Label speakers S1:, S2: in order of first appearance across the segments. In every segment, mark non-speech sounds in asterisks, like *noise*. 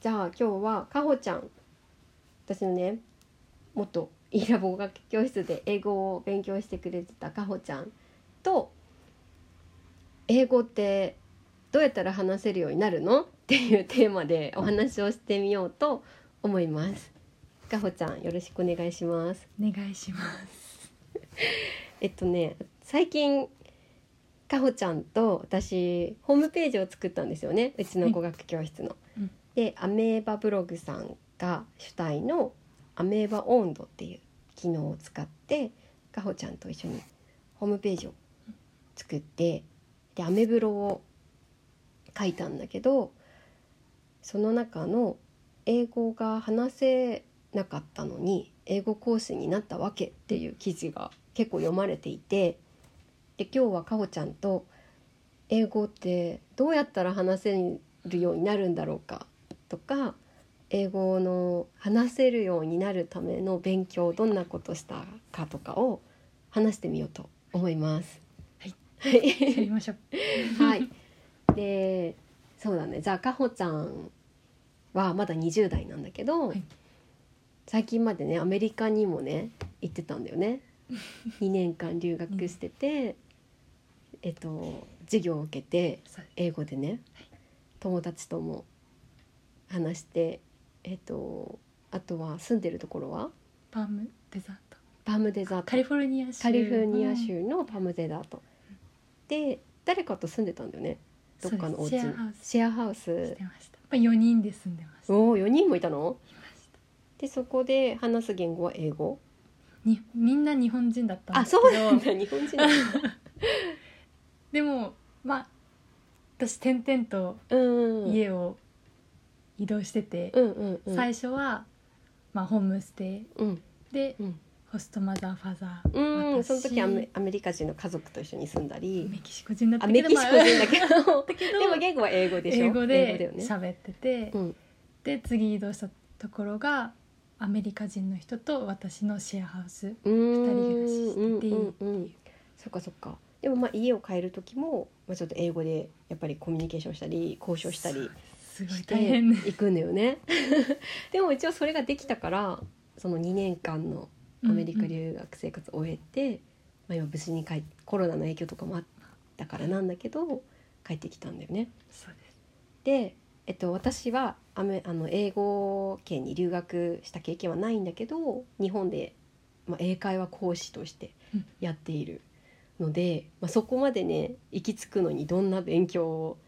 S1: じゃあ今日はかほちゃん私のね元 e ラボ語学教室で英語を勉強してくれてたかほちゃんと英語ってどうやったら話せるようになるのっていうテーマでお話をしてみようと思います。かほちゃんよろしくお願いします。
S2: お願いします
S1: *laughs* えっとね最近かほちゃんと私ホームページを作ったんですよねうちの語学教室の。
S2: うん
S1: でアメーバブログさんが主体の「アメーバ温度」っていう機能を使ってかほちゃんと一緒にホームページを作ってでアメブロを書いたんだけどその中の英語が話せなかったのに英語講師になったわけっていう記事が結構読まれていてで今日はかほちゃんと英語ってどうやったら話せるようになるんだろうかとか英語の話せるようになるための勉強どんなことしたかとかを話してみようと思います。
S2: はい、
S1: はい
S2: やりましょう *laughs*
S1: はい。で、そうだね。じゃあかほちゃんはまだ20代なんだけど、
S2: はい
S1: 最近までねアメリカにもね行ってたんだよ
S2: *laughs*
S1: ね。2年間留学してて、えっと授業を受けて
S2: そう
S1: 英語でね、友達とも話して、えっとあとは住んでるところは
S2: パームデザート
S1: バムデザート
S2: カリフォルニア州
S1: カリフォルニア州のパムデザート。で誰かと住んでたんだよね。どっかのお
S2: そう
S1: 家
S2: で
S1: に
S2: すシェアハウス
S1: シェアハウ
S2: し
S1: ス
S2: てましたまあ四人で住んでましたい
S1: おお4人もいたの
S2: ました
S1: でそこで話す言語は英語
S2: にみんな日本人だったん
S1: あ
S2: ですけ
S1: そうなん
S2: ど
S1: だ日 *laughs* 本人なんだ
S2: でもまあ私点々と
S1: うん
S2: 家を移動してて、
S1: うんうんうん
S2: 最初は、まあ、ホームステイ
S1: うん
S2: で、
S1: うん
S2: ホストマザーファザー
S1: うん
S2: 私
S1: その時アメアメリカ人の家族と一緒に住んだり
S2: メキシコ人だった
S1: あ
S2: けど
S1: メキシコ人だけど
S2: だけ
S1: *laughs*
S2: ど
S1: でも言語は英語でしょ
S2: 英語
S1: 英語だよ
S2: で
S1: ね
S2: 喋ってて、
S1: うん
S2: で次移動したところがアメリカ人の人と私のシェアハウス
S1: うーん
S2: 二人暮らししてて
S1: うんうんうんそっかそっかでもまあ家を変える時も、まあ、ちょっと英語でやっぱりコミュニケーションしたり交渉したり
S2: すごい
S1: して
S2: 大変ね
S1: 行くんだよねでも一応それができたからその2年間の *laughs* アメリカ留学生活を終えて、まあ、今無事に帰っコロナの影響とかもあったからなんだけど帰ってきたんだよね。
S2: そうです
S1: で、えっと、私はアメあの英語圏に留学した経験はないんだけど日本で、まあ、英会話講師としてやっているので、まあ、そこまでね行き着くのにどんな勉強を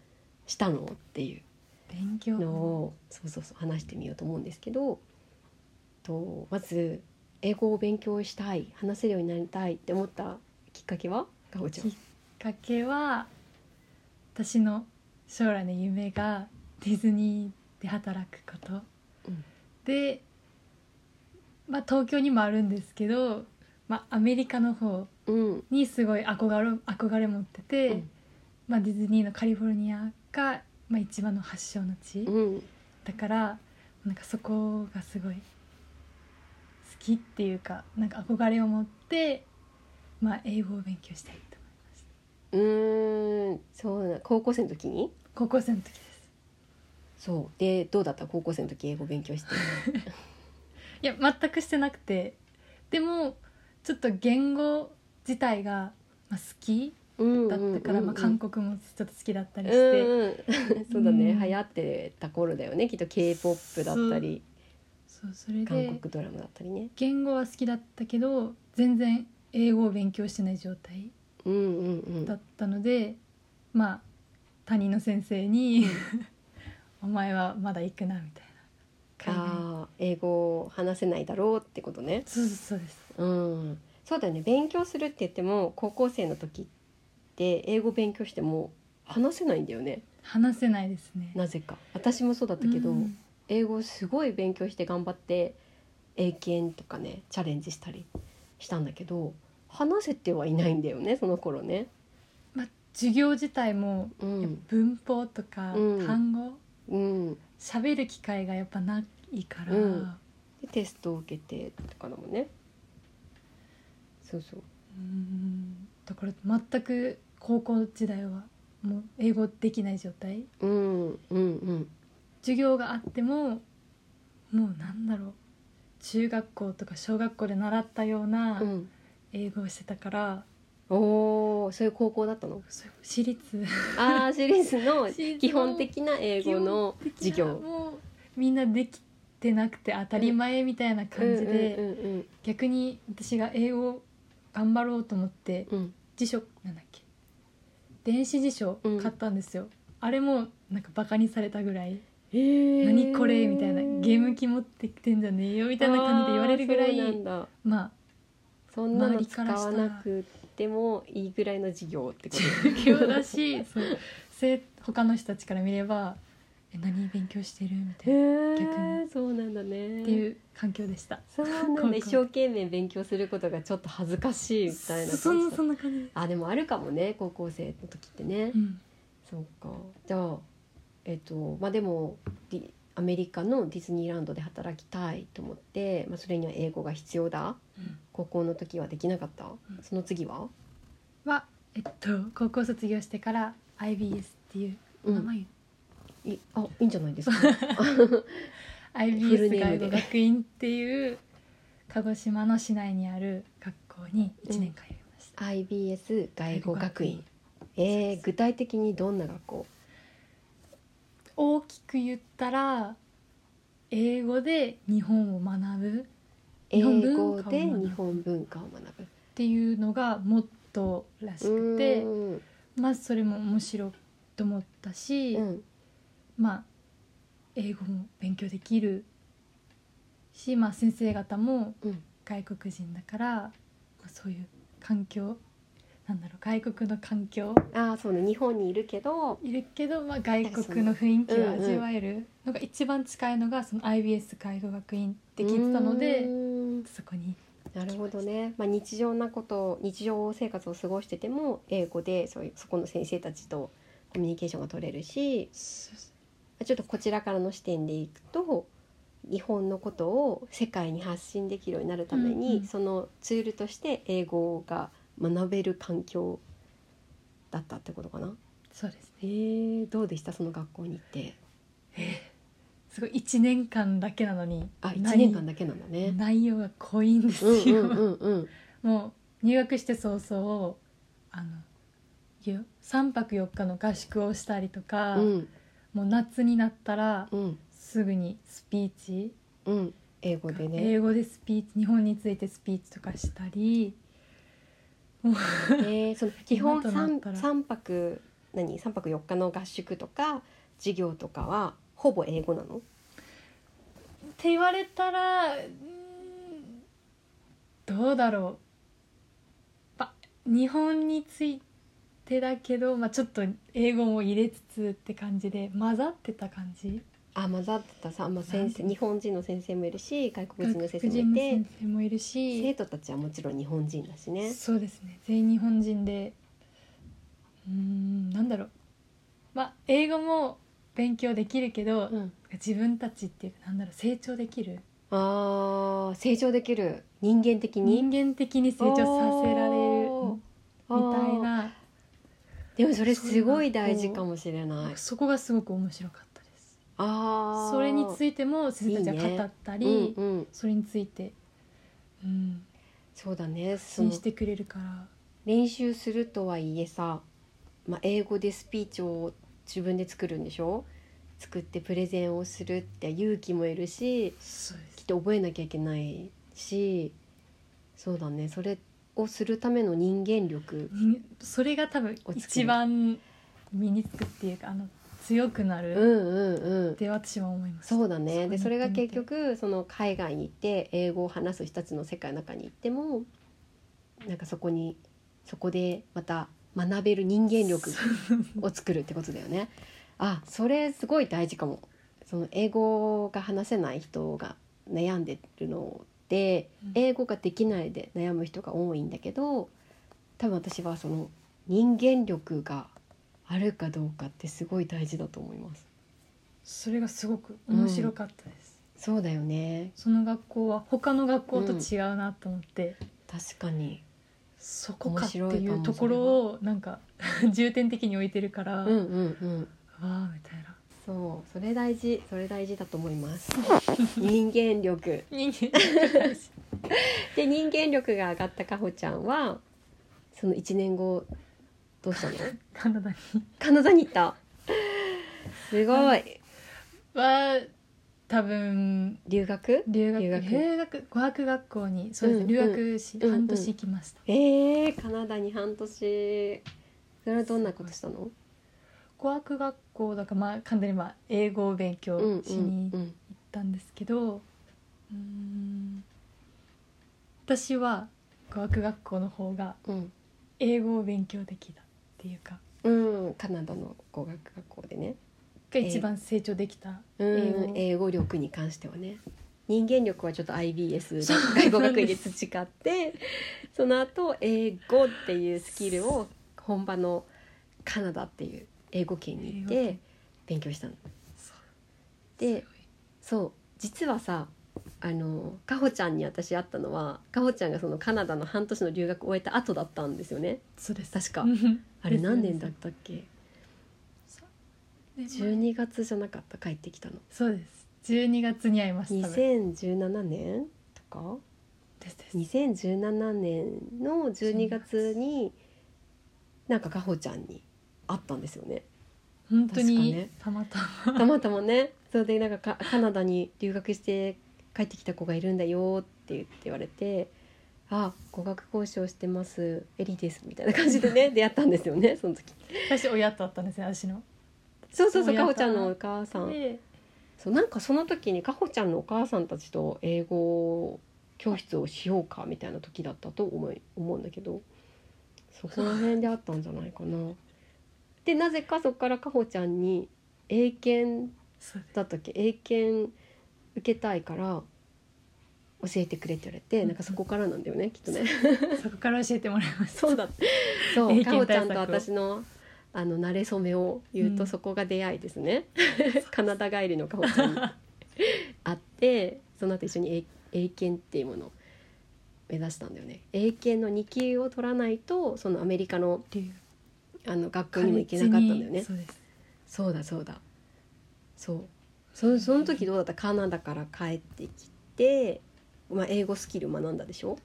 S1: したのっていう
S2: 勉強
S1: のをそうそうそう話してみようと思うんですけどとまず英語を勉強したい話せるようになりたいって思ったきっかけはかほちゃん
S2: きっかけは私の将来の夢がディズニーで働くこと、
S1: うん
S2: で、まあ、東京にもあるんですけど、まあ、アメリカの方
S1: うん
S2: にすごい憧れ憧れ持ってて、
S1: うん
S2: まあ、ディズニーのカリフォルニアが、まあ、一番の発祥の地、
S1: うん
S2: だからなんかそこがすごい好きっていうかなんか憧れを持って、まあ、英語を勉強したいと思いました
S1: うーんそうな高校生の時に
S2: 高校生の時です
S1: そうでどうだった高校生の時英語勉強して
S2: いや全くしてなくてでもちょっと言語自体が、まあ、好き
S1: うんうん
S2: だったから、まあ、韓国もちょっと好きだったりし
S1: う
S2: て、
S1: んうん
S2: *laughs*
S1: そうだね、
S2: うん
S1: 流行ってた頃だよねきっと k p o p だったり
S2: そうそれ
S1: 韓
S2: で
S1: 国ドラマだったりね
S2: 言語は好きだったけど全然英語を勉強してない状態
S1: うんうんうん
S2: だったので、まあ他人の先生に *laughs* 「お前はまだ行くな」みたいな海外
S1: あー英語を話せないだろうってことね
S2: そうそうそうです
S1: うん、そうだよね勉強するって言っても高校生の時って英語勉強しても話せないんだよね
S2: 話せないですね
S1: なぜか私もそうだったけど、
S2: うん
S1: 英語すごい勉強して頑張って英検とかねチャレンジしたりしたんだけど話せてはいないんだよねその頃ね。
S2: まあ、授業自体も
S1: う
S2: やっ
S1: ん
S2: ぱ文法とか
S1: うん
S2: 単語
S1: うん、
S2: 喋る機会がやっぱないから、
S1: うんでテストを受けてとかだもんね。そうそう
S2: うんだから全く高校時代はもう英語できない状態
S1: うんうんうん
S2: 授業があってももうなんだろう中学校とか小学校で習ったような
S1: うん、
S2: 英語をしてたから、
S1: おおそういう高校だったの
S2: そう私立
S1: ああシリーズの
S2: 私立
S1: 基
S2: の
S1: 本的な英語の授業
S2: もうみんなできてなくて当たり前みたいな感じで、
S1: うんうんうん
S2: 逆に私が英語頑張ろうと思って
S1: うん
S2: 辞書なんだっけ電子辞書買ったんですよ、あれもなんかバカにされたぐらい「何これ」みたいな「ゲーム機持ってきてんじゃねえよ」みたいな感じで言われるぐら
S1: あーそうなん
S2: い
S1: だ
S2: まあ
S1: そんなの
S2: 周り
S1: 使
S2: からした
S1: わ
S2: ら
S1: なくてもいいぐらいの授業ってこと
S2: 授業だしそうせ他の人たちから見れば「え何勉強してる?」みた
S1: へ
S2: いなっ
S1: え
S2: 逆
S1: そうなんだね
S2: ていう環境でした。
S1: そうな
S2: 高
S1: ん
S2: 校
S1: だ一生懸命勉強することがちょっと恥ずかしいみたいな
S2: そそんなそんな感じで
S1: あでもあるかもね高校生の時ってね、
S2: うん
S1: そうかじゃあえっとまあでもリアメリカのディズニーランドで働きたいと思って、まあ、それには英語が必要だ
S2: うん
S1: 高校の時はできなかった、その次は、
S2: は、えっと、高校卒業してから IBS っていう
S1: う
S2: 名
S1: ん、
S2: 前、
S1: いあいいんじゃない
S2: *laughs*
S1: ですかフル
S2: IBS
S1: ネーム
S2: 外
S1: で
S2: 語学院っていう鹿児島の市内にある学校に1年間やりました、
S1: IBS 外語学院
S2: 外
S1: えー具体的にどんな学校
S2: 大きく言ったら英語で日本を学ぶっ
S1: 英
S2: 日本文化を
S1: 語
S2: 学ぶ
S1: で日本文化を学ぶ
S2: ていうのがモットーらしくて
S1: う
S2: まずそれも面白いと思ったし、
S1: ーんうん
S2: まあ英語も勉強できるし、まあ、先生方も
S1: うん
S2: 外国人だから、まあそういう環境なんだろう外国の環境
S1: ああそうね日本にいるけど
S2: いるけど、まあ、外国の雰囲気を味わえるのが一番近いのがその IBS 介護学院って聞いてたの
S1: うー
S2: で
S1: ん
S2: そこに
S1: なるほどね、まあ、日常なこと日常生活を過ごしてても英語でそういうそこの先生たちとコミュニケーションが取れるしちょっとこちらからの視点でいくと日本のことを世界に発信できるようになるために、
S2: うんうん
S1: そのツールとして英語が学べる環境だったってことかな。
S2: そうですね
S1: えー、どうでしたその学校に行って。
S2: すごい1年間だけなのに
S1: あ1
S2: 内
S1: 年間だけなんだね。
S2: 内容が濃いんです
S1: うんう
S2: よ、
S1: んうんうん。
S2: もう入学して早々あのよ3泊4日の合宿をしたりとか、
S1: うん
S2: もう夏になったら
S1: うん
S2: すぐにスピーチ
S1: うん。英語でね。
S2: 英語でスピーチ日本についてスピーチとかしたり
S1: えー、 *laughs* その基本
S2: 今とな
S1: 三
S2: ったら
S1: 三泊何三泊四日の合宿とか授業とかはほぼ英語なの？
S2: って言われたらうーんどうだろうま日本についてだけど、まあ、ちょっと英語も入れつつって感じで混ざってた感じ
S1: あ混ざってたさ、まあ、先生
S2: なんて
S1: 日本人の先生もいるし外国人の先生
S2: 外
S1: も
S2: 国人
S1: い
S2: の
S1: て
S2: 先生もいる
S1: 生
S2: し
S1: 徒たちはもちろん日本人だしね。
S2: そうですね全員日本人でうーんなんだろうまあ英語も勉強できるけど、
S1: うん、
S2: 自分たちっていうかなんだろう成長できる
S1: あー成長できる人間的に
S2: 人間的に成長させられる
S1: おー
S2: みたい
S1: あー
S2: な
S1: でもそれすごい大事かもしれない。
S2: そこがすごく面白かったです
S1: ああ
S2: それについても先生たち
S1: いいね
S2: が語ったり
S1: うんうん、
S2: それについてうん
S1: そうだねそ
S2: 信
S1: の
S2: じてくれるから
S1: 練習するとはいえさ、まあ、英語でスピーチを自分で作るんでしょ作ってプレゼンをするって勇気もいるし
S2: そうで
S1: きっ
S2: す
S1: と覚えなきゃいけないしそうだねそれをするための人間力
S2: にそれが多分
S1: お作り
S2: 一番身につくっていうかあの強くな
S1: う
S2: る
S1: んうんうん
S2: って私は思います
S1: そうだねでそれが結
S2: こに行って
S1: 局その海外に行って英語を話す人たちの世界の中に行ってもなんかそこにそこでまた学べる人間力を作るってことだよね。あそれすごい大事かも。その英語が話せない人が悩んでるので、
S2: うん
S1: 英語ができないで悩む人が多いんだけど多分私はその人間力があるかどうかってすごい大事だと思います。
S2: *laughs* それがすごく面白かったです、
S1: そうだよね
S2: その学校は他の学校と違うなと思って、
S1: 確かに
S2: そこかっていうところをなんか重点的に置いてるから、
S1: うん
S2: わ
S1: うんうん *laughs*
S2: あみたいな
S1: そうそれ大事それ大事だと思います *laughs* 人間力
S2: 人間
S1: で人間力が上がったかほちゃんはその1年後どう *laughs* したの
S2: カナダに
S1: カナダに行ったすごい
S2: は多分
S1: 留学
S2: 留学
S1: 留
S2: 留
S1: 学
S2: 学語学学校にそうです、
S1: うん
S2: ね留学し、
S1: うんうん
S2: 半年行きました
S1: えー、カナダに半年それはどんなことしたの
S2: 語学学校だからまあ完全にまあ英語を勉強
S1: うん
S2: しに
S1: う
S2: 行っ
S1: ん
S2: たんですけどうーん私は語学学校の方が
S1: うん
S2: 英語を勉強できたっていうか
S1: うん、うん、カナダの語学学校でね、
S2: が一番成長できた英語
S1: うん、英語力に関してはね人間力はちょっと
S2: *laughs*
S1: IBS 外語学院で培ってその後英語っていうスキルを本場のカナダっていう英語圏に行っ
S2: 英語
S1: て
S2: 圏
S1: 勉強したの。
S2: そう
S1: でそう実はさあのかほちゃんに私会ったのはかほちゃんがそのカナダの半年の留学を終えた後だったんですよね
S2: そうです
S1: 確か
S2: うん
S1: あれ
S2: です
S1: 何年だったっけ
S2: ですでまあ
S1: 12月じゃなかった帰ってきたの
S2: そうです12月に会いました多分
S1: 2017年とか
S2: ですです
S1: 2017年の12月になんかかほちゃんに会ったんですよね
S2: 本当
S1: 確
S2: に、
S1: かね
S2: たまたま
S1: たまたまねそれでなんかかカナダに留学して帰ってきた子がいるんだよって言って言われて「あ語学交渉してますエリです」みたいな感じでね出会ったんですよねその時
S2: 私親と会ったんですね私の
S1: そうそうそう
S2: 親
S1: か
S2: か
S1: ほちゃんのお母さん
S2: で
S1: そうなんかその時にかほちゃんのお母さんたちと英語教室をしようかみたいな時だったと思い思うんだけどそこら辺であったんじゃないかな。でなぜかそこからかほちゃんに英検
S2: そうです
S1: だったっけ英検受けたいから教えてくれって言われてなんかそこからなんだよねきっとね
S2: そこから教えてもらいました
S1: そうだそう
S2: 英
S1: かほ
S2: 検
S1: ちゃ
S2: 対策を
S1: んと私のあの慣れ初めを言うと
S2: うん
S1: そこが出会いですね、カナダ帰りのかほちゃ *laughs* んに会ってその後一緒に英英検っていうものを目指したんだよね英検の2級を取らないとそのアメリカの
S2: っていう
S1: あの学校にも行けなかったんだよね
S2: そうです
S1: そうだそうだそうそその時どうだったカナダから帰ってきて、まあ、英語スキル学んだでしょ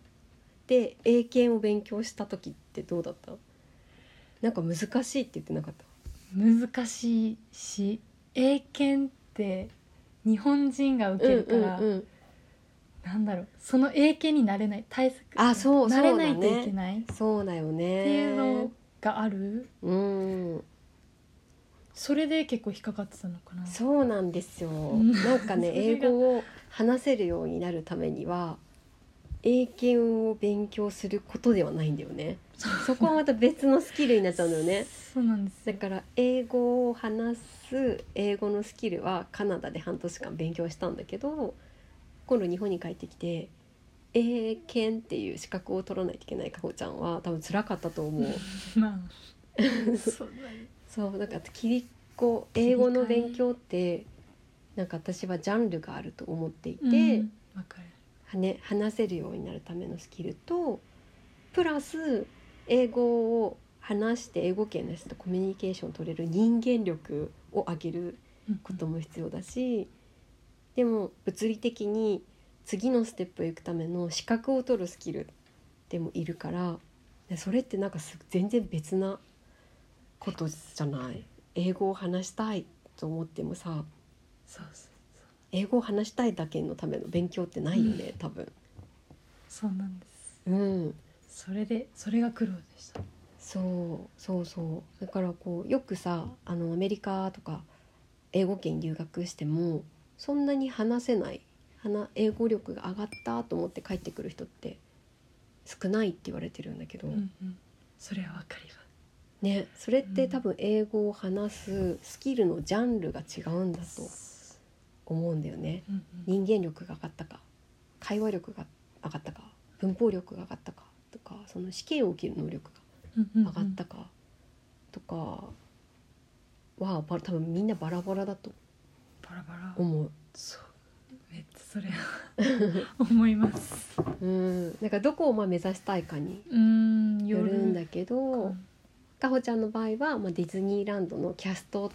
S1: で英検を勉強した時ってどうだったなんか難しいって言ってなかった
S2: 難しいし英検って日本人が受けるから、
S1: うんうんうん
S2: なんだろうその英検になれない対策
S1: あそう
S2: なれない
S1: そう
S2: と
S1: だね
S2: いけない、
S1: そうだよね
S2: っていうのがある
S1: うん
S2: それで結構引っかかってたのかな
S1: そうなんですよ
S2: ん
S1: なんか *laughs* ね
S2: それ
S1: 英
S2: が
S1: 語を話せるようになるためには英検を勉強することではないんだよねそこはまた別のスキルになっちゃうんだよ *laughs* ね
S2: そうなんです
S1: だから英語を話す英語のスキルはカナダで半年間勉強したんだけど今度日本に帰ってきて英検っていう資格を取らないといけないかほちゃんは多分辛かったと思う
S2: まあそうだね
S1: *laughs* そうなんか切り子英語の勉強ってなんか私はジャンルがあると思っていて、
S2: うんわかる
S1: はね、話せるようになるためのスキルとプラス英語を話して英語圏の人とコミュニケーションを取れる人間力を上げる
S2: うん
S1: ことも必要だしでも物理的に次のステップへ行くための資格を取るスキルでもいるからでそれってなんかす全然別なことじゃない英語を話したいと思ってもさ
S2: そうそう
S1: 英語を話したいだけのための勉強ってないよね多分。
S2: そうなんです
S1: うん
S2: それでそれが苦労でした
S1: そうそうそうだからこうよくさあのアメリカとか英語圏に留学してもそんなに話せない話英語力が上がったと思って帰ってくる人って少ないって言われてるんだけど、
S2: うんうんそれはわかります
S1: ねそれって
S2: うん
S1: 多分英語を話すスキルのジャンルが違うんだと思うんだよね。
S2: うんうん
S1: 人間力が上がったか会話力が上がったか文法力が上がったかとかその死刑を受ける能力が
S2: うんうんうん
S1: 上がったかとかはば多分みんなバラバラだと
S2: バラバラ
S1: 思う。
S2: そうめっちゃそれは思います
S1: うん、なんかどこをまあ目指したいかに
S2: うーん
S1: よるんだ
S2: け
S1: けど、かほちゃんの場合はまあディズニーランドのキャストっ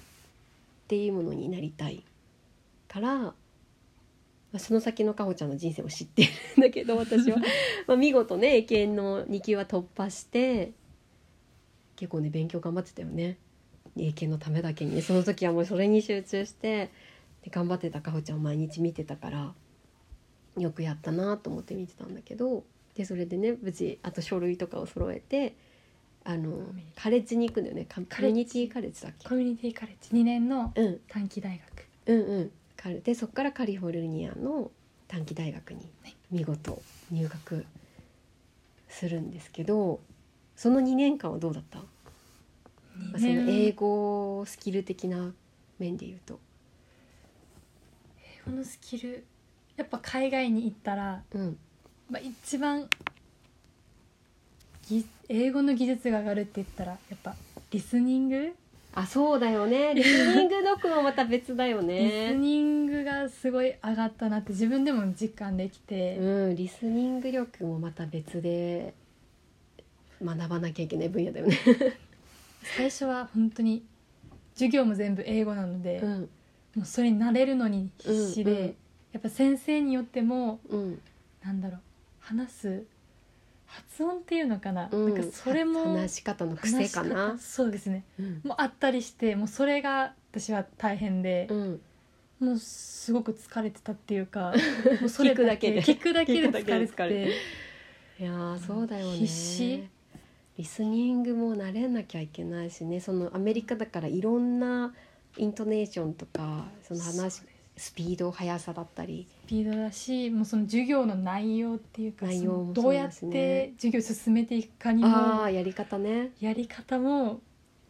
S1: ていいものになりたいから、まあ、その先のかほちゃんの人生を知ってるんだけど私
S2: *laughs*
S1: はまあ見事ね英検の2級は突破して結構ね勉強頑張ってたよね英検のためだけにねその時はもうそれに集中してで頑張ってたかほちゃんを毎日見てたからよくやったなと思って見てたんだけどでそれでね無事あと書類とかを揃えてあの
S2: ミュニティ
S1: カレッジに行くんだよねカカ
S2: カレ
S1: ミュ
S2: ッジ
S1: ニティカレッジだっけ
S2: コミュニティカレッジ2年の
S1: うん
S2: 短期大学
S1: うんうんカルでそこからカリフォルニアの短期大学に
S2: はい
S1: 見事入学するんですけどその2年間はどうだった、まあそ
S2: 2
S1: の
S2: 年
S1: 英語スキル的な面で言うと。
S2: このスキルやっぱ海外に行ったら、
S1: うん
S2: まあ、一番ぎ英語の技術が上がるって言ったらやっぱリスニング、
S1: あそうだよ *laughs* ねリスニング力もまた別だよ
S2: リス
S1: ね。
S2: ニングがすごい上がったなって自分でも実感できて、
S1: うん、リスニング力もまた別で学ばなきゃいけない分野だよね。
S2: 最初は本当に授業も全部英語なので、
S1: うん
S2: もうそれに慣れるのに必死で、
S1: うんうん
S2: やっぱ先生によっても
S1: うん、
S2: なんだろう話す発音っていうのかな,、
S1: うん
S2: なんかそれも
S1: 話し方の癖かな
S2: 話し方。そうですね
S1: うん
S2: もうあったりしてもうそれが私は大変で
S1: う、ん
S2: もうすごく疲れてたっていうかもうそ
S1: *laughs* 聞
S2: れ
S1: くだけで
S2: 聞くだけで
S1: 聞くだけ
S2: 疲
S1: で
S2: れ
S1: 疲れ
S2: てて
S1: いやーそうだよね
S2: 必死
S1: リスニングも慣れなきゃいけないしねそのアメリカだからいろんなイントネーションとかその
S2: そうで
S1: 話
S2: す
S1: スピード速さだったり
S2: スピードだしもうその授業の内容っていうか
S1: 内容
S2: そ
S1: も
S2: の
S1: そ
S2: ど
S1: う
S2: う
S1: で
S2: や
S1: す
S2: っ
S1: ね
S2: て授業進めていくかに
S1: ああ
S2: も
S1: やり方ね
S2: やり方も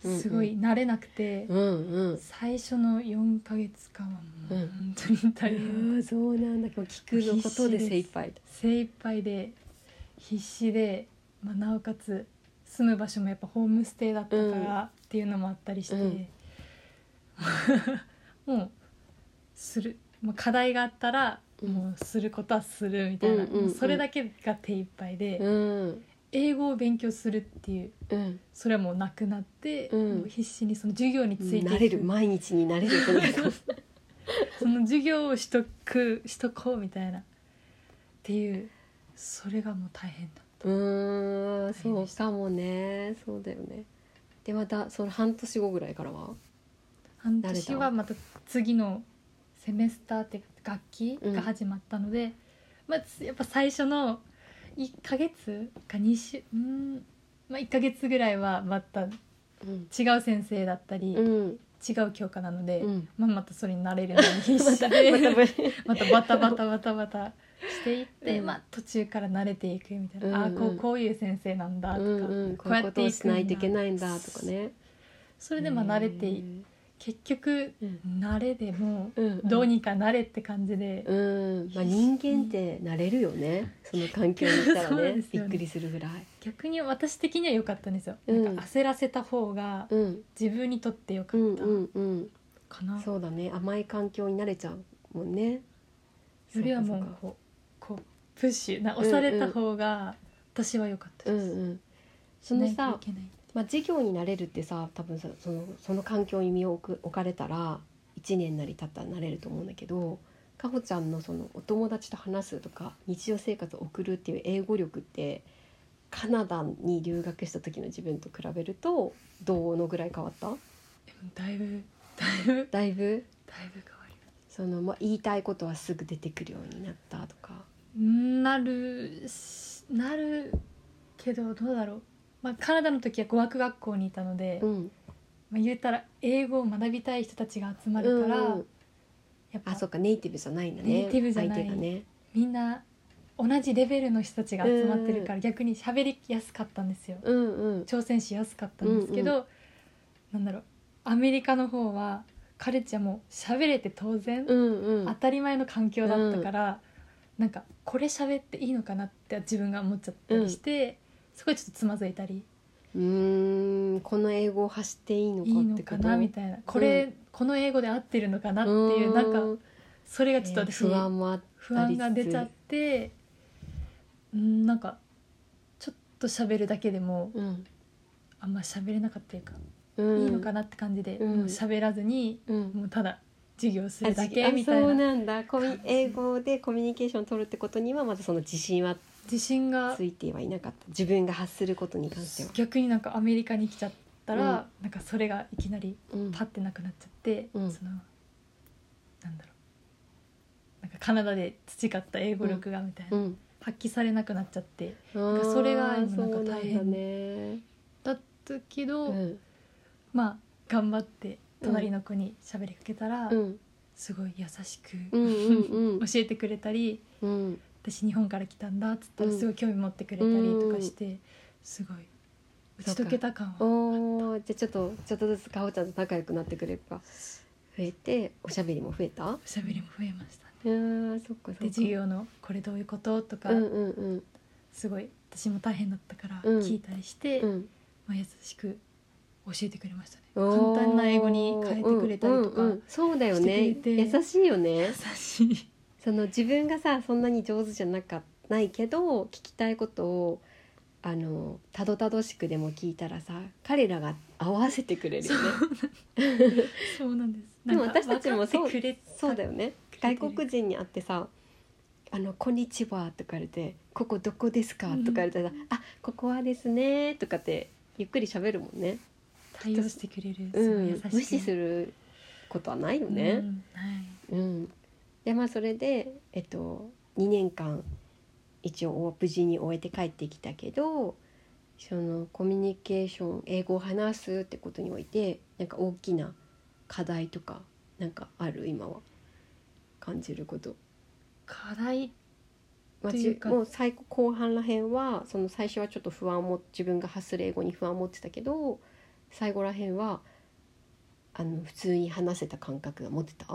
S2: すごい慣れなくて、
S1: うんうん
S2: 最初の4か月間はもう
S1: うん
S2: 本当に大変、
S1: うんそうなんだけど聞くのことで精一杯
S2: 精一杯で必死で、まあ、なおかつ住む場所もやっぱホームステイだったか
S1: うん
S2: らっていうのもあったりして、
S1: うん
S2: もうする、まあ、課題があったら
S1: うん
S2: もうすることはするみたいな、
S1: うんうんうん
S2: もうそれだけが手一杯で、
S1: うん
S2: 英語を勉強するっていう
S1: うん
S2: それはもうなくなって、
S1: うん
S2: もう必死にその授業についていく
S1: 慣れる毎日に慣れるとにかく
S2: *laughs* その授業をしとくしとこうみたいなっていうそれがもう大変だ
S1: うーんそうかもねそうだよねでまたその半年後ぐらいからは
S2: 半
S1: れた
S2: 年はまた次のセメスターっていうか学期が始まったので、まあ、つやっぱ最初の1ヶ月か2週うん、まあ、1ヶ月ぐらいはまた
S1: うん
S2: 違う先生だったり、
S1: う
S2: 違
S1: ん
S2: う教科なので、
S1: うん
S2: まあ、またそれに慣れるのに必
S1: *laughs* ま
S2: 死
S1: た
S2: で
S1: またぶ
S2: またバタバタバタバタしていって、
S1: うん
S2: まあ、途中から慣れていくみたいな、
S1: うんうん
S2: ああこうこういう先生なんだとか、
S1: うんうん、こういうことをしないといけないんだとかね。
S2: それでまあ慣れてい結局
S1: うん
S2: 慣れでも
S1: うんうん、
S2: どうにか慣れって感じで、
S1: うん、まあ人間って慣れるよね。 *laughs* その環境にいたら
S2: そう
S1: ね
S2: です
S1: び
S2: よ
S1: っ
S2: ね
S1: くりするぐらい。
S2: 逆に私的には良かったんですよ、
S1: うん
S2: なんか焦らせた方が
S1: うん、
S2: 自分にとって良か
S1: う
S2: っ
S1: ん、
S2: た
S1: うん、うん、
S2: かな、
S1: そうだね。甘い環境に慣れちゃうもんね。
S2: よりはも
S1: そうか
S2: こうこうプッシュな押された方が私は良かっ
S1: そ
S2: た
S1: うか、う
S2: です、
S1: ん、うん。その
S2: しない
S1: さ
S2: と、いけない
S1: まあ授業に慣れるってさ、多分さ、そのその環境に身を置く置かれたら一年なり経ったら慣れると思うんだけど。かほちゃんのそのお友達と話すとか日常生活を送るっていう英語力ってカナダに留学した時の自分と比べるとどのぐらい変わった
S2: でもだいぶだいぶだ
S1: だい
S2: いぶ
S1: ぶ
S2: 変わり
S1: その、まあ、言いたいことはすぐ出てくるようになったとか。
S2: なるしなるけどどうだろう、まあ、カナダの時は語学学校にいたので、
S1: うん、
S2: まあ、言ったら英語を学びたい人たちが集まるから、
S1: うんうん
S2: やっ
S1: あそ
S2: ぱ
S1: うかネイティブじゃないんだね
S2: ネイティブじゃない
S1: 相手がね。
S2: みんな同じレベルの人たちが集まってるから逆に喋りやすかったんですよ
S1: うんうん
S2: 挑戦しやすかったんですけど、なんだろうアメリカの方は彼ちゃんもう喋れて当然、
S1: うんう
S2: 当
S1: ん
S2: たり前の環境だったから、なんかこれ喋っていいのかなって自分が思っちゃったりして、そこでちょっとつまずいたり
S1: うーんこの英語を発していいの
S2: いい
S1: かっ
S2: の
S1: てこ
S2: か
S1: と
S2: なみたいなこれ、この英語で合ってるのかなっていう、
S1: うー
S2: なんかそれがちょっと
S1: ね
S2: 私
S1: 不安もあっ
S2: 不安が出ちゃってうんなんかちょっと喋るだけでも
S1: うん
S2: あんま喋れなかったというか
S1: うん、
S2: いいのかなって感じで、
S1: うん
S2: もう喋らずに
S1: うん
S2: もうただ授業するだ
S1: あ
S2: け
S1: あ
S2: みたい
S1: そう
S2: な
S1: なんだコミュ英語でコミュニケーションを取るってことにはまだその自信は
S2: 自信が
S1: ついてはいなかった自分が発することに関しては。
S2: 逆になんかアメリカに来ちゃったら、なんかそれがいきなり
S1: うん
S2: パッてなくなっちゃって、
S1: うん
S2: そのなんだろうなんかカナダで培った英語力がみたいな、
S1: うん
S2: 発揮されなくなっちゃって
S1: なん
S2: かそれが今なんか大変
S1: ね。
S2: だったけど、
S1: うん
S2: まあ頑張って隣の子に喋りかけたら、
S1: うん
S2: すごい優しく、
S1: うんうんうん
S2: *laughs* 教えてくれたり
S1: うん
S2: 私日本から来たんだっつったら
S1: うん
S2: すごい興味持ってくれたりとかして、すごい打ち解けた感は
S1: おーじゃあちょっとちょっとずつかほちゃんと仲良くなってくれれば増えておしゃべりも増えた
S2: おしゃべりも増えましたね。
S1: うんそっかそっか
S2: で授業のこれどういうこととか、
S1: うんうんうん
S2: すごい私も大変だったから
S1: うん
S2: 聞いたりして、
S1: うん
S2: まあ、優しく教えてくれましたね
S1: おー
S2: 簡単な英語に変えてくれたりとか、
S1: うんうんうんそうだよね
S2: してくれて
S1: 優しいよね
S2: 優しい
S1: その自分がさそんなに上手じゃなかないけど聞きたいことをあのたどたどしくでも聞いたらさ彼らが合わせてくれるよね
S2: そうなんです
S1: でも
S2: なんか
S1: 私たちもそう
S2: 分かってくれた
S1: そうだよね
S2: くれて
S1: 外
S2: る
S1: 国人に会ってさ「あのこんにちは」とか言われて「ここどこですか?」とか言われたら「あここはですね」とかってゆっくり喋るもんね、
S2: 対応してくれる、
S1: う
S2: すごい優
S1: ん
S2: し、く
S1: 無視することはないよ
S2: う
S1: ね。
S2: んはい
S1: うんでまあそれで、えっと、2年間一応無事に終えて帰ってきたけどそのコミュニケーション英語を話すってことにおいてなんか大きな課題とかなんかある今は感じること。
S2: 課題
S1: まあ、
S2: と
S1: じ
S2: い
S1: ゅ
S2: うか
S1: もう最後後半らへんはその最初はちょっと不安をも自分が発する英語に不安を持ってたけど最後らへんはあの普通に話せた感覚が持てた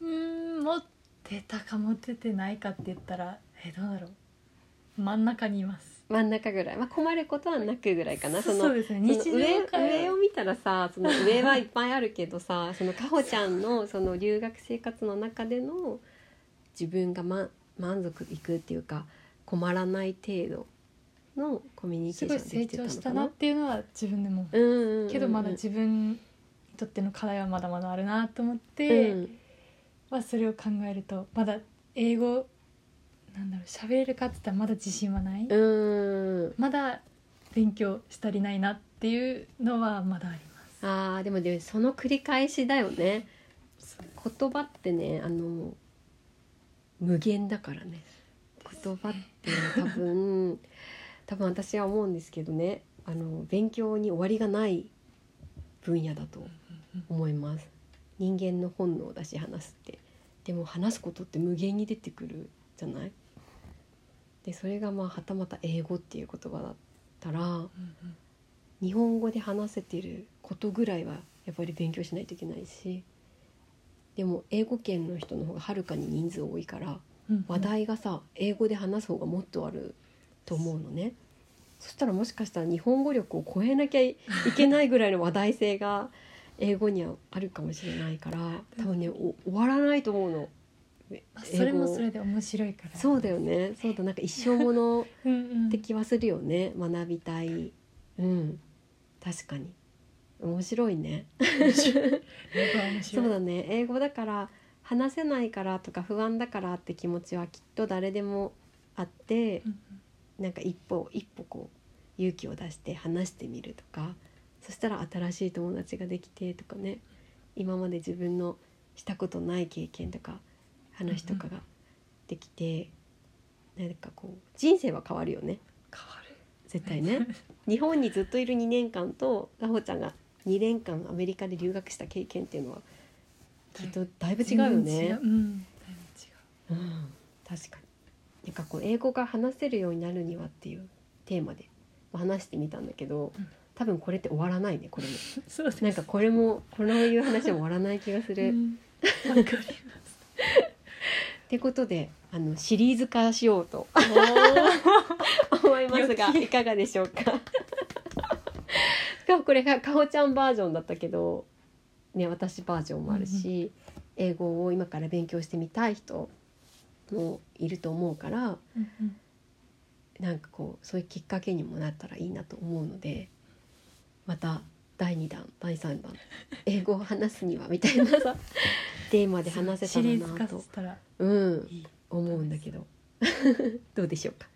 S2: うーん持ってたか持っててないかって言ったらえどうだろう真ん中にいます
S1: 真ん中ぐらい、まあ、困ることはなくぐらいかなそ
S2: そう
S1: の
S2: ですね
S1: その
S2: 日常
S1: 上
S2: 会
S1: 上を
S2: 話
S1: 見たらさその上はいっぱいあるけどさそのかほちゃんのその留学生活の中での自分が、ま、満足いくっていうか困らない程度のコミュニケ
S2: す
S1: ー
S2: ご
S1: ショ
S2: い
S1: ンがで
S2: 成
S1: きてた
S2: 長し
S1: の
S2: た
S1: か
S2: な
S1: な
S2: っ。ていうのは自分でも
S1: うんうんうんうん
S2: けどまだ自分にとっての課題はまだまだあるなと思っ
S1: う
S2: て、
S1: ん
S2: まあそれを考えるとまだ英語なんだろう喋れるかって言ったらまだ自信はない、
S1: うーん
S2: まだ勉強し足りないなっていうのはまだありま
S1: あーでもねその繰り返しだよね
S2: す。
S1: 言葉ってねあの無限だからね言葉って多分 *laughs* 多分私は思うんですけどねあの勉強に終わりがない分野だと思います人間の本能だし話すってでも話すことって無限に出てくるじゃないでそれがまあはたまた英語っていう言葉だったら日本語で話せてることぐらいはやっぱり勉強しないといけないしでも英語圏の人の方がはるかに人数多いから
S2: うん
S1: 話題がさ英語で話す方がもっとあると思うのねそしたらもしかしたら日本語力を超えなきゃいけないぐらいの話題性が英語にはあるかもしれないから多分ねお終わらないと思うの
S2: まあそれもそれで面白いから。
S1: そうだよねそうだなんか一生もの
S2: うんうん
S1: って気はするよね学びたいうん確かに面白いね
S2: 面白い英語は面
S1: そう
S2: 白い。
S1: だね英語だから話せないからとか不安だからって気持ちはきっと誰でもあって
S2: うん
S1: なんか一歩一歩こう勇気を出して話してみるとかそしたら新しい友達ができてとかね今まで自分のしたことない経験とか話とかができて、なんかこう人生は変わるよね絶対
S2: 変わ
S1: ね
S2: *laughs* る。。
S1: 日本にずっといる2年間とガホちゃんが2年間アメリカで留学した経験っていうのはきっとだいぶ違うよ
S2: 全然違
S1: ね
S2: う。うん。だいぶ違う。
S1: うん、確かになんかこう英語が話せるようになるにはっていうテーマでまあ話してみたんだけど
S2: うん
S1: 多分これって終わらないねこれ
S2: *laughs*
S1: も
S2: そうです
S1: なんかこれもこのいう話は終わらない気がする。
S2: う
S1: っ *laughs*
S2: んわかります
S1: てことであのシリーズ化しようと思いますが
S2: よき
S1: いかがでしょうか *laughs* しかもこれがかほちゃんバージョンだったけど、ね、私バージョンもあるし、英語を今から勉強してみたい人もいると思うから
S2: うんうん
S1: なんかこうそういうきっかけにもなったらいいなと思うのでまた第2弾第3弾英語を話すにはみたいな
S2: *laughs*
S1: さテーマで話せた
S2: シリーズ
S1: ら
S2: 化
S1: な
S2: し
S1: と、
S2: たら
S1: うん、
S2: いい
S1: *laughs* 思うんだけどどうでしょうか